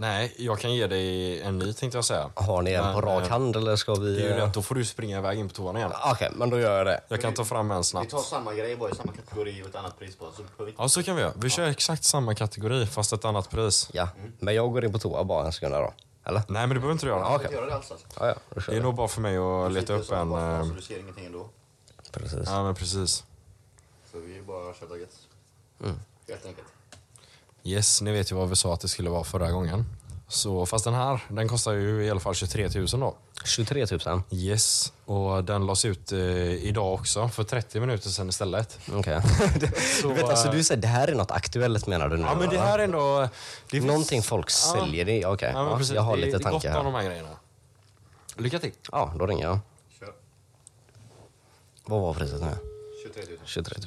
E: Nej, jag kan ge dig en ny tänkte jag säga.
D: Har ni en
E: Men,
D: på rak
E: eh,
D: hand eller ska vi...
E: Det är ju
D: eh,
E: det att då får du springa iväg in på toan igen.
D: Okej, men då gör jag det.
E: Jag kan ta fram en
F: Vi
E: snabbt.
F: tar samma grej bara i samma kategori och ett annat pris på. Så behöver vi inte-
E: Ja, så kan vi göra. Vi kör exakt samma kategori fast ett annat pris.
D: Ja, men jag går in på toa bara en sekund här då. Eller?
E: Nej, men det behöver inte du göra.
F: Vi kan göra det alls alltså.
D: Ja, ja, då kör
E: Det är
D: vi.
E: nog bara för mig att leta upp en... eh,
F: Så du ser ingenting ändå.
D: Precis.
E: Ja, men precis.
F: Så vi är bara kör dagens.
B: Mm.
F: Helt enkelt.
E: Yes, ni vet ju vad vi sa att det skulle vara förra gången. Så, fast den här, den kostar ju i alla fall 23 000 då.
D: 23 000.
E: Yes, och den lades ut eh, idag också, för 30 minuter sedan istället.
D: Okej.
E: Så,
D: du vet alltså,
E: eh,
D: du säger det här är något aktuellt menar du nu?
E: Ja, men det
D: eller?
E: här är ändå... Det
D: Någonting folk säljer, det okej.
E: Ja, men
D: ja,
E: precis.
D: jag har
E: det,
D: lite
E: det är gott
D: tankar
E: om de
D: här.
E: här grejerna. Lycka till.
D: Ja, då ringer jag.
F: Kör.
D: Vad var priset nu?
F: 23 000.
D: 23 000.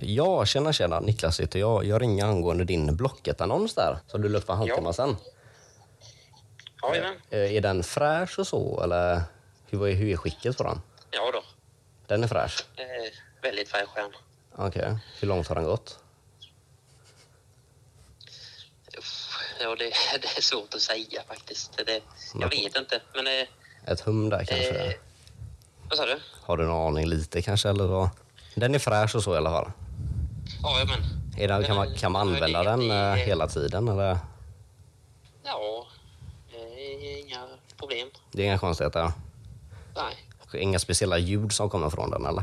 D: Ja, tjena tjena. Niklas heter jag. Jag ringer angående din Blocket-annons där som du la upp för en halvtimme sedan.
A: Ja,
D: Eh, Är den fräsch och så eller hur är, hur är skicket på den?
A: ja då.
D: Den är fräsch?
A: Eh, väldigt färgskön.
D: Okej. Hur långt har den gått?
A: Ja, det, det är svårt att säga faktiskt. Det, jag vet inte, men... Eh,
D: Ett hum där kanske?
A: eh, vad sa du?
D: Har du någon aning lite kanske eller vad? Den är fräsch och så i alla fall.
A: Ja, men...
D: Är den, kan, man, kan man använda den eh, hela tiden eller?
A: Ja, eh, inga problem.
D: Det är inga konstigheter?
A: Nej,
D: Inga speciella ljud som kommer från den eller?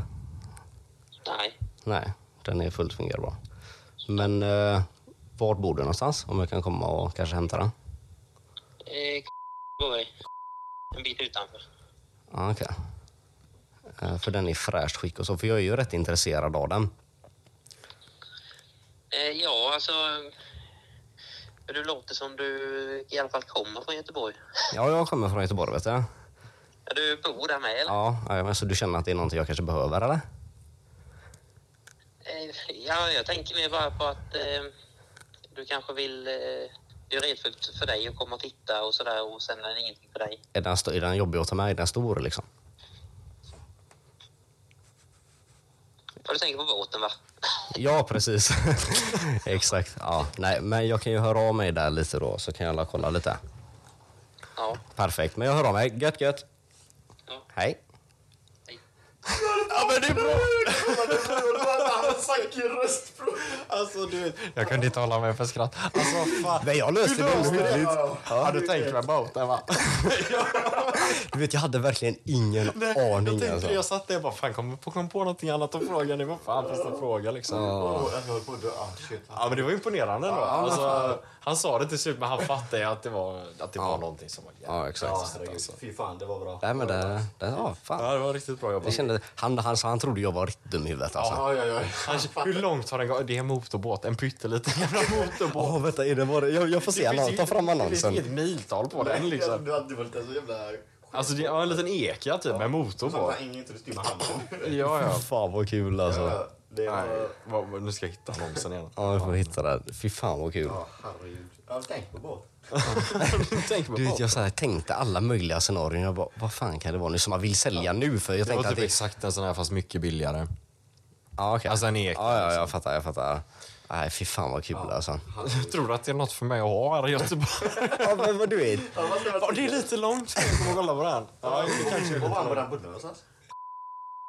A: nej.
D: Nej, den är fullt fungerbar. Men eh, vart bor du någonstans? Om jag kan komma och kanske hämta den?
A: Eh, bor i- en bit utanför.
D: Ja, Okej. Eh, för den är i fräscht skick och så, för jag är ju rätt intresserad av den.
A: Eh, ja, alltså... eh, Du låter som du i alla fall kommer från Göteborg.
D: Ja, jag kommer från Göteborg vet du.
A: Ja, Du bor där med, eller?
D: Ja, ja, men så du känner att det är någonting jag kanske behöver eller?
A: Eh, Ja, jag tänker mer bara på att eh, du kanske vill... Eh, det är redfullt för dig att komma och titta och sådär och sen är det ingenting för dig.
D: Är den, st- är den jobbig att ta med? Är den stor liksom?
A: Ja, du tänker på båten, va?
D: Ja, precis. Exakt. Ja, nej, men jag kan ju höra av mig där lite då så kan jag la kolla lite.
A: Ja.
D: Perfekt, men jag hör av mig. Gött, gött.
A: Ja.
D: Hej.
E: Alltså, du vet, jag kunde inte hålla mig för skratt. Alltså, fan.
D: Men jag löste det oskyldigt.
E: Har du tänkt med båten, va?
D: Du vet, jag hade verkligen ingen aning.
E: jag,
D: alltså.
E: tänkte, jag satt där och bara, fan, kom på, kom på någonting annat att fråga. Det var fan första fråga liksom.
F: Åh, jag höll på att dö. Ah, shit.
E: Ja, men det var imponerande ändå. Alltså, han sa det till slut, men han fattade ju att det var, att det var någonting som var jävligt. Alltså.
D: Ja, exakt.
F: Ja, herregud. Fy fan, det var bra.
D: Nej, men det, det, ja, fan.
E: Ja, det var riktigt bra
D: Jag
E: jobbat.
D: kände, han, han, han trodde jag var riktigt dum i huvudet alltså.
F: Oj, oj, oj.
E: Han, hur långt har den gått? Det är en motorbåt, en pytteliten jävla motorbåt.
D: Åh, vänta, är det bara, jag, jag får se
E: finns
D: annonsen.
E: ju-
D: Ta fram
E: Det finns
D: annonsen.
E: inget miltal på den liksom.
F: Du hade varit så jävla...
E: Alltså det är en liten eka typ med motor
F: Som
E: på.
F: att ingen trodde stymma handen.
E: Ja, ja.
D: Fan vad kul alltså.
F: Ja, Det
E: Nej,
F: var...
E: vad- vad- nu ska jag hitta annonsen igen.
D: Ja, vi får hitta den. Fy fan vad kul.
F: Ja, herregud. Ja, tänk på båt.
E: Tänk på
D: Du vet, jag så här, tänkte alla möjliga scenarion. Jag bara, vad fan kan det vara nu som man vill sälja nu? För jag
E: Det var
D: tänkte
E: typ
D: att det...
E: exakt en sån här fast mycket billigare.
D: Ja, okay.
E: Alltså en ek.
D: ja, ja, jag fattar, jag fattar. Nej, fy fan vad kul alltså.
E: Tror du att det är något för mig att ha här i Göteborg?
D: Ja, men vad du vet.
F: Ja, vad ska jag
E: Ja, det är lite långt. Jag kommer kolla på den. Ja, det kanske
F: Var fan var den bodde någonstans?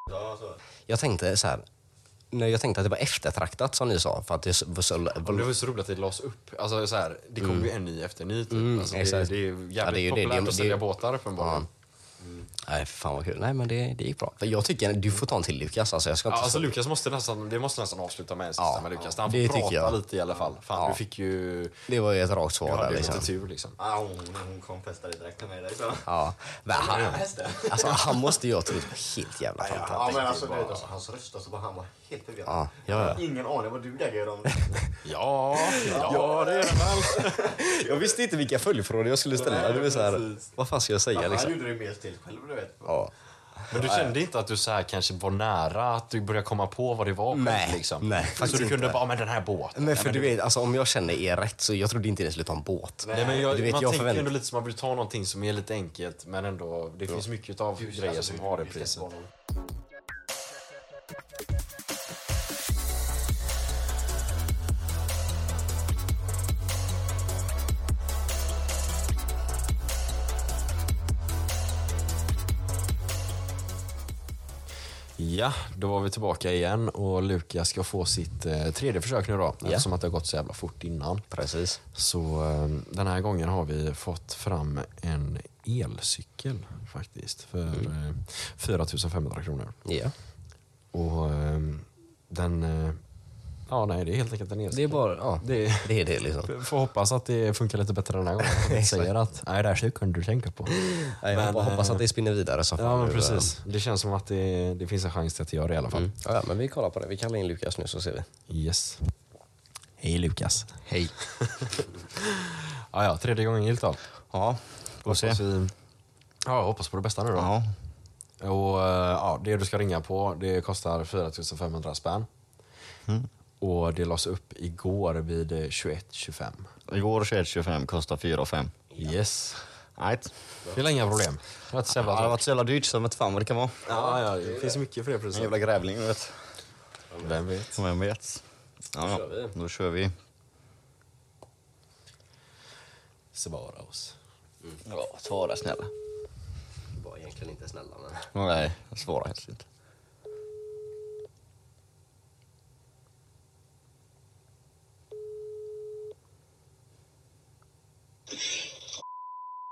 F: Ja, så.
D: Jag tänkte så här. Nej, jag tänkte att det var eftertraktat som ni sa. För att det var så...
E: det var ju så roligt att det lades upp. Alltså, så här, det kom ju en ny efter ny. Typ.
D: Mm,
E: alltså, det,
D: exakt.
E: det är ju jävligt
D: Ja, det är ju det.
E: populärt
D: Det är-
E: att sälja
D: det är-
E: båtar uppenbarligen.
D: Nej, fy fan vad kul. Nej, men det, det gick bra. För jag tycker du får ta en till Lukas. Alltså, jag ska
E: Ja,
D: inte...
E: alltså Lukas måste nästan, det måste nästan avsluta med en sista
D: Ja,
E: med Lukas. Han
D: det
E: får
D: tycker
E: prata
D: jag.
E: lite i alla fall. Fan,
D: Ja.
E: du fick ju...
D: Det var ju ett rakt
E: Du
D: svar där
E: hade ju
D: liksom.
E: lite tur liksom.
F: Ah, hon, hon kom festade direkt med dig. Så.
D: Ja. Men han,
F: Hästen.
D: alltså, han måste ju ha trott på helt jävla fantastiskt.
F: Ja, men alltså, du vet, alltså, hans röst, alltså, bara, han var helt förvirrad.
D: Ja, ja, ja.
F: Ingen aning vad du lägger om.
E: Ja, ja det är det väl.
D: Jag visste inte vilka följdfrågor jag skulle ställa. Det var så här, vad fan ska jag säga
F: Han
D: liksom?
F: gjorde det mer till själv, du vet.
D: Ja.
E: Men du kände inte att du så här kanske var nära att du började komma på vad det var? själv,
D: Nej,
E: liksom.
D: nej,
E: Så
D: faktiskt
E: du kunde
D: inte.
E: bara, "Ja, men den här båten.
D: Men för du vet, alltså, om jag känner er rätt så jag trodde inte det skulle ta en båt.
E: Nej, men jag,
D: Du vet,
E: man
D: jag
E: tänker
D: förvänt-
E: ändå lite som att man vill ta någonting som är lite enkelt men ändå, det finns mycket av grejer som har det priset. Ja, då var vi tillbaka igen och Lukas ska få sitt eh, tredje försök nu då eftersom att det har gått så jävla fort innan.
D: Precis.
E: Så eh, den här gången har vi fått fram en elcykel faktiskt för eh, 4 500 kronor.
D: Ja.
E: Och eh, den... Eh, ja, nej, det är helt enkelt en elcykel.
D: Det är bara, ja.
E: Det är,
D: Det är det liksom.
E: får hoppas att det funkar lite bättre den här gången. Att de säger att nej, det här cykeln du tänker på.
D: Nej, Jag
E: Men,
D: bara hoppas att
E: eh,
D: det spinner vidare som
E: Ja,
D: fan
E: men
D: nu.
E: precis. Det känns som att det, det finns en chans till att det gör det i alla fall.
D: Ja, ja, men vi kollar på det. Vi kallar in Lukas nu så ser vi.
E: Yes. Hej Lukas.
D: Hej.
E: Ja, ja, tredje gången gillt allt.
D: Ja, får se.
E: Hoppas vi... Ja, jag hoppas på det bästa nu då.
D: Ja.
E: Och eh, ja, det du ska ringa på det kostar 4500 spänn. Mm. Och det lades upp igår vid eh, 21.25.
B: Igår 21.25 kostade 4 och 5.
E: Yes.
B: Right.
E: Det är inga problem. Det var inte så
B: Det
E: jävla
B: har
E: tråkigt.
B: varit så jävla dyrt som ett fan vad det kan vara.
E: Ja, ja, det finns mycket för det
B: En
E: precis.
B: jävla grävling, du vet.
E: Vem vet?
B: Som vem vet. Ja, ja. Då kör vi.
E: Svara oss.
B: Ja, svara snälla.
D: Var egentligen inte snälla men...
B: Nej, jag svarar helst inte.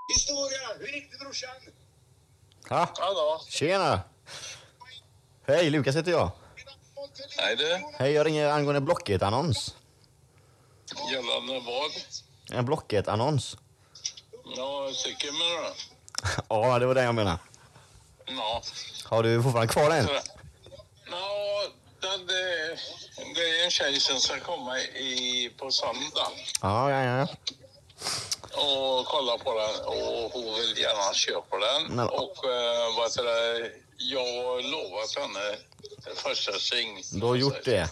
G: Historia! Hur gick det brorsan?
B: Ha?
G: Hallå?
B: Tjena! Hej, Lukas heter jag.
G: Nej du,
B: Hej, jag ringer angående Blocket-annons.
G: gällande vad?
B: En Blocket-annons.
G: Ja, cykeln menar du?
B: Ja, det var det jag menade.
G: Ja.
B: Har du fortfarande kvar den?
G: Ja, den, det, det är en tjej som ska komma i, på söndag
B: Ja, ja, ja.
G: och kolla på den och hon vill gärna köpa den.
B: Men-
G: Och eh, vad heter det, jag har lovat henne en första sing.
B: Du har gjort det.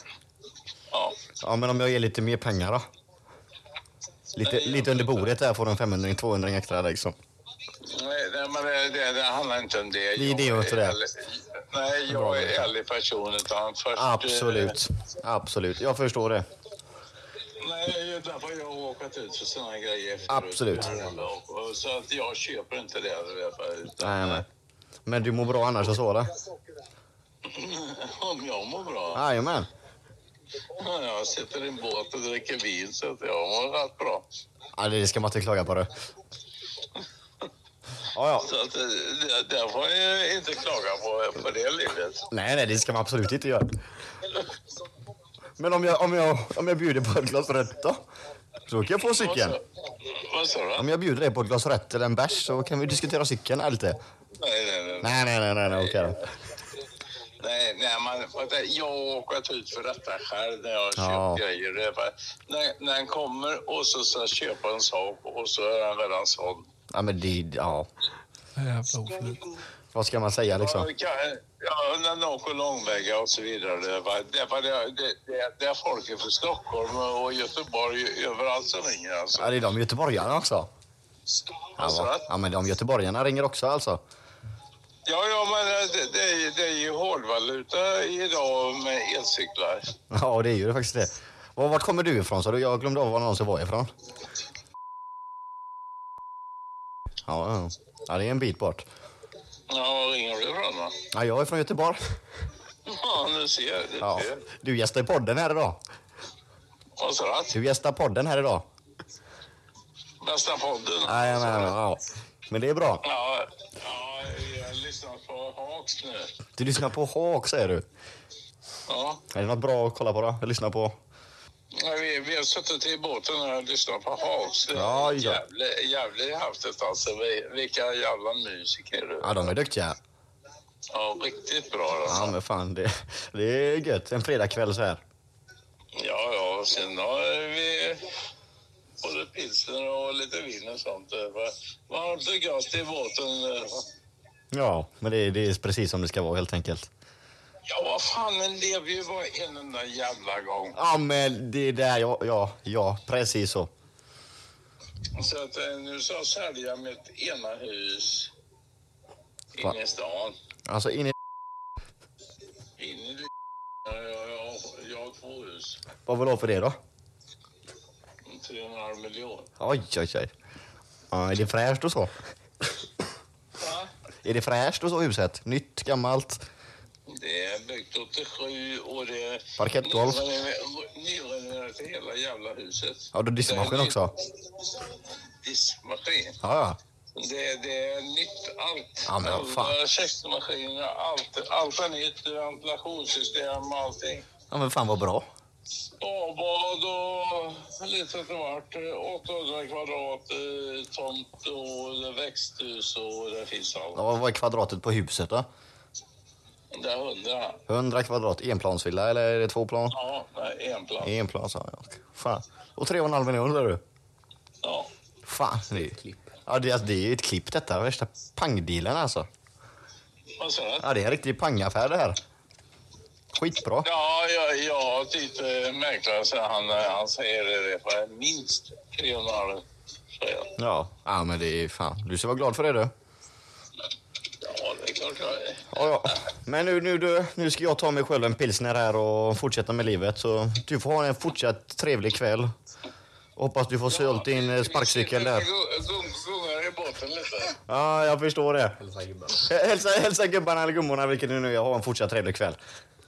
G: Ja.
B: Ja, men om jag ger lite mer pengar då? Lite,
G: Nej, jag
B: lite under bordet där får du en 500 200 extra liksom.
G: Nej, nej, men det, det, det handlar inte om det.
B: Det är det och inte det.
G: ärlig- Nej, jag är ärlig person. Utan först, eh,
B: Absolut. Absolut. Jag förstår det.
G: Nej, det är därför jag har åkat ut för sådana grejer. förut.
B: Absolut.
G: Och- och Så att jag köper inte det. därför, utan-
B: Nej, nej. Men du mår bra annars, jag svarar.
G: Om jag mår bra.
B: Jajamän.
G: Ja, Jag sitter i en båt och dricker vin så att jag mår rätt bra.
B: Ja, det ska man inte klaga på det. Ja, ja.
G: Så att eh, det, det får jag inte klaga på, på det livet.
B: Nej, nej, det ska man absolut inte göra. Men om jag, om jag, om jag bjuder på ett glas rött då? Så kan jag få cykeln.
G: Vad sa du?
B: Om jag bjuder dig på ett glas rött eller en bärs så kan vi diskutera cykeln här lite.
G: Nej, nej, nej.
B: Nej, nej, nej, nej, nej okej då.
G: Nej, nej man, vänta, jag har åkat ut för detta själv när jag har köpt
B: Ja.
G: grejer. Det är bara, när, när den kommer och så ska jag köpa en sak och så är den redan såld.
B: Ja, men det, ja. Vad ska man säga liksom?
G: Ja, kan- Ja, när de åker långväga och så vidare. va. Det, var- det, det, det, det är folk från Stockholm och Göteborg överallt som ringer. Alltså.
B: Ja, det är de göteborgarna också. Ja,
G: Alltså,
B: va?
G: att-
B: ja, men de göteborgarna ringer också alltså.
G: ja, ja, men eh, det, det, är ju- det är ju hårdvaluta idag med elcyklar.
B: Ja, det är ju faktiskt det. Var, vart kommer du ifrån? Så du? Jag glömde av var någon som var ifrån. Ja, ja. ja, det är en bit bort.
G: Ja, var ringer du ifrån då?
B: Ja, jag är från Göteborg.
G: Ja, nu ser jag. Det.
B: Ja. Du gästar ju podden här idag.
G: Vad sa du? att?
B: Du gästar podden här idag.
G: Bästa podden?
B: Ja, ja, men, ja. men det är bra.
G: Ja, ja, jag lyssnar på Hawks nu.
B: Du lyssnar på Hawk, säger du.
G: Ja.
B: Är det något bra att kolla på då? Eller lyssna på?
G: Nej, vi, vi har suttit i båten och lyssnat på Hawks.
B: Ja, ja.
G: Jävla, jävla häftigt alltså. Vi- Vilka jävla musiker du
B: Ja, de är duktiga.
G: Ja, riktigt bra
B: Ja,
G: alltså.
B: men fan, det, det är gött. En fredagkväll så här.
G: Ja, ja, och sen har vi både pilsner och lite vin och sånt. Det var- Varmt och gott i båten.
B: Ja, men det, det är precis som det ska vara helt enkelt.
G: Ja, vad fan, den lever ju bara en enda jävla gång.
B: Ja, men det är där jag... Ja, ja, precis så.
G: Så att eh, nu ska jag sälja mitt ena hus
B: Va?
G: inne i stan.
B: Alltså in i...
G: In i det- Ja, ja, ja, jag har två hus.
B: Vad vill du ha för det då?
G: 3,5 miljoner.
B: Oj, oj, oj. Ja, är det fräscht och så?
G: Va?
B: Är det fräscht och så huset? Nytt, gammalt?
G: Det är byggt 87 och det är
B: Parkettgolv?
G: nyrenover- nyrenoverat i hela jävla huset.
B: Ja, du har diskmaskin också?
G: Diskmaskin.
B: Ja, ja.
G: Det, det är nytt allt.
B: Ja, men vad fan.
G: Alla Köksmaskiner, allt, allt är nytt. Ventilationssystem och allting.
B: Ja, men fan vad bra.
G: Avbad och lite eftervart. 800 kvadrat eh, tomt och det är växthus och det finns allt.
B: Ja, vad är kvadratet på huset då?
G: Det är 100.
B: 100 kvadrat, enplansvilla eller är det tvåplan?
G: Ja, nej, en plats.
B: Enplan sa jag. Fan. Och 3,5 miljoner sa du?
G: Ja.
B: Fan. Det är ju Ja, det, alltså, det är ju ett klipp detta. Värsta pangdealen alltså.
G: Vad sa du?
B: Ja, det är en riktig pangaffär det här. Skitbra.
G: Ja, jag, jag har tyckt eh, mäklare så han, eh, han säger det, det är minst 3,5. säger jag.
B: Ja, ja men det är fan. Du ska vara glad för det du.
G: Ja, det är klart jag är.
B: Ja, ja. Men nu, nu, du, nu ska jag ta mig själv en pilsner här och fortsätta med livet. Så du får ha en fortsatt trevlig kväll. Hoppas du får sålt din eh, sparkcykel där.
G: Gungar i båten lite.
B: Ja, jag förstår det. Hälsa, hälsa gubbarna eller gummorna, vilket det nu är. Ha en fortsatt trevlig kväll.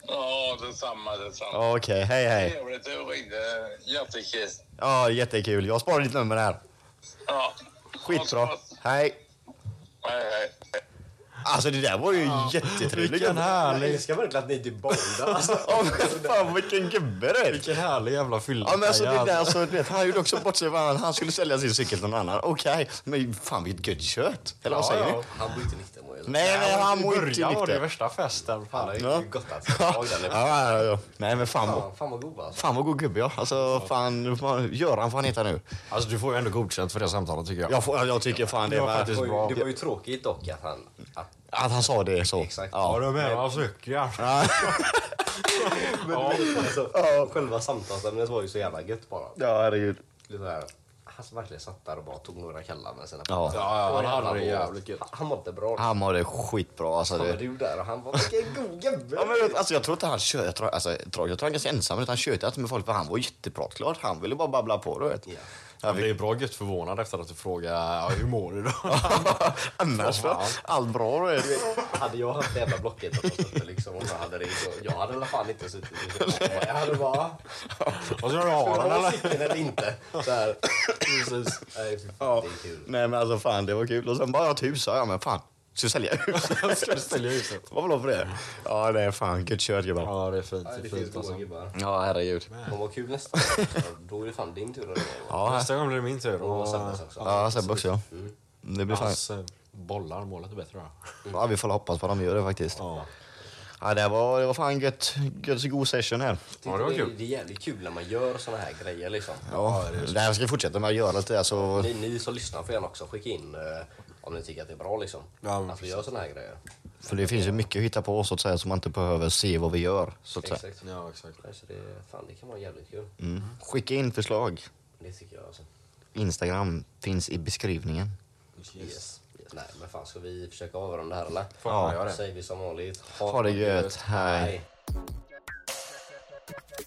G: Ja, detsamma, detsamma.
B: Okej, hej hej.
G: Trevligt att du ringde. Jättekul.
B: Ja, jättekul. Jag sparar ditt nummer här.
G: Ja.
B: Skitbra. Hej.
G: Hej, hej.
B: Alltså det där var ju jättetrevligt.
E: Vilken
D: Jag
E: härlig,
D: älskar verkligen att ni typ bondar. Alltså,
B: Ja, men fan vilken gubbe du är.
E: vilken härlig jävla fylla.
B: Ja men alltså det där så, du vet, han gjorde också bort sig. Han han skulle sälja sin cykel till någon annan. Okej, men fan vilket gött kött. Eller vad säger ni?
D: Han bor ju inte nykter mår jag.
B: Nej, nej, han mår inte
E: Början var det
B: nykter.
E: värsta festen.
D: Han
E: Fan.
D: har ju
B: Ja.
D: gott
B: Ja,
D: alltså.
B: ja, ja, ja. Nej men fan, vad-
D: Fan, fan vad god alltså.
B: fan vad god gubbe jag. Alltså fan, fan, Göran får han heta nu.
E: Alltså du får ju ändå godkänt för det samtalet tycker jag.
B: Jag, får, jag tycker fan det
E: Det var
B: var...
E: faktiskt-
D: Det var
E: bra.
D: ju- det var ju tråkigt dock att han... Att,
B: Att han sa det så.
D: Exakt.
B: Ja.
E: du menar han suckar?
D: men, men, alltså, Själva samtalsämnet var ju så jävla gött bara.
B: Ja, herregud.
D: Det där, han som verkligen satt där och bara tog några kallar med sina
B: Ja.
D: polare.
E: Ja, ja, han
D: Det var
E: hade det
D: bra.
E: jävligt gött.
D: Han- Han mådde bra. Han
B: Han mådde skitbra alltså.
D: var
B: Det.
D: du där och han var vilken god gubbe.
B: Ja, men, vet, alltså, jag tror inte han tjöt, jag tror- alltså, jag tror jag tror han är ganska ensam, utan han tjötade inte med folk för han var jättepratklar. Han ville bara babbla på, du vet.
E: Han blev bra gött förvånad efter att du frågade ja, hur mår du då?
B: Annars
E: Fan.
B: var allt bra, du vet.
D: Hade jag haft det jävla blocket och suttit liksom och någon hade ringt så jag hade i alla fall inte suttit och Jag hade bara...
E: Vad ska du
D: Ska
E: ha
D: du
E: den
D: ha
E: eller?
D: cykeln eller inte? Så här. Precis. Nej, fy fan, det är kul.
B: Nej men alltså fan det var kul. Och sen bara jag har ett hus, ja men fan. Ska jag sälja huset?
E: Ska du sälja huset?
B: Vad var det för det? Ja det är fan gött kört gubbar.
E: Ja, det är fint.
D: Nej,
E: Det
D: Det
E: är
D: finns
E: fint
D: goa
E: alltså.
D: gubbar.
B: Ja herregud.
D: Men vad kul nästa gång. Då är det fan din tur att ringa.
B: Ja,
E: Nästa gång blir det min tur.
D: Och
E: Och
D: Sabbes också.
B: ja Sebbe också ja. Det blir fan...
E: Alltså. hans eh, bollar målet är bättre då.
B: Ja vi får hoppas på att de gör det faktiskt.
E: Ja.
B: Ja, det, var, det var fan gött, gött så god session här.
E: Ja, det var kul.
D: Det är jävligt kul när man gör såna här grejer liksom.
B: Ja, det här ska vi fortsätta med att göra lite där så...
D: Ni, ni som lyssnar får gärna också skicka in eh, om ni tycker att det är bra liksom.
E: Ja, men
D: att vi gör såna här grejer.
B: För det finns ju mycket att hitta på så att säga som man inte behöver se vad vi gör. Så att säga.
D: Exakt.
E: Ja, exakt.
D: Nej, så det, fan, det kan vara jävligt kul.
B: Mm. Skicka in förslag.
D: Det tycker jag alltså.
B: Instagram finns i beskrivningen.
D: Yes. yes. Nej, men fan ska vi försöka avrunda här eller?
E: Fan, ja. gör
D: Då
E: det.
D: säger vi som vanligt.
B: Ha det gött, hej.
D: Hej.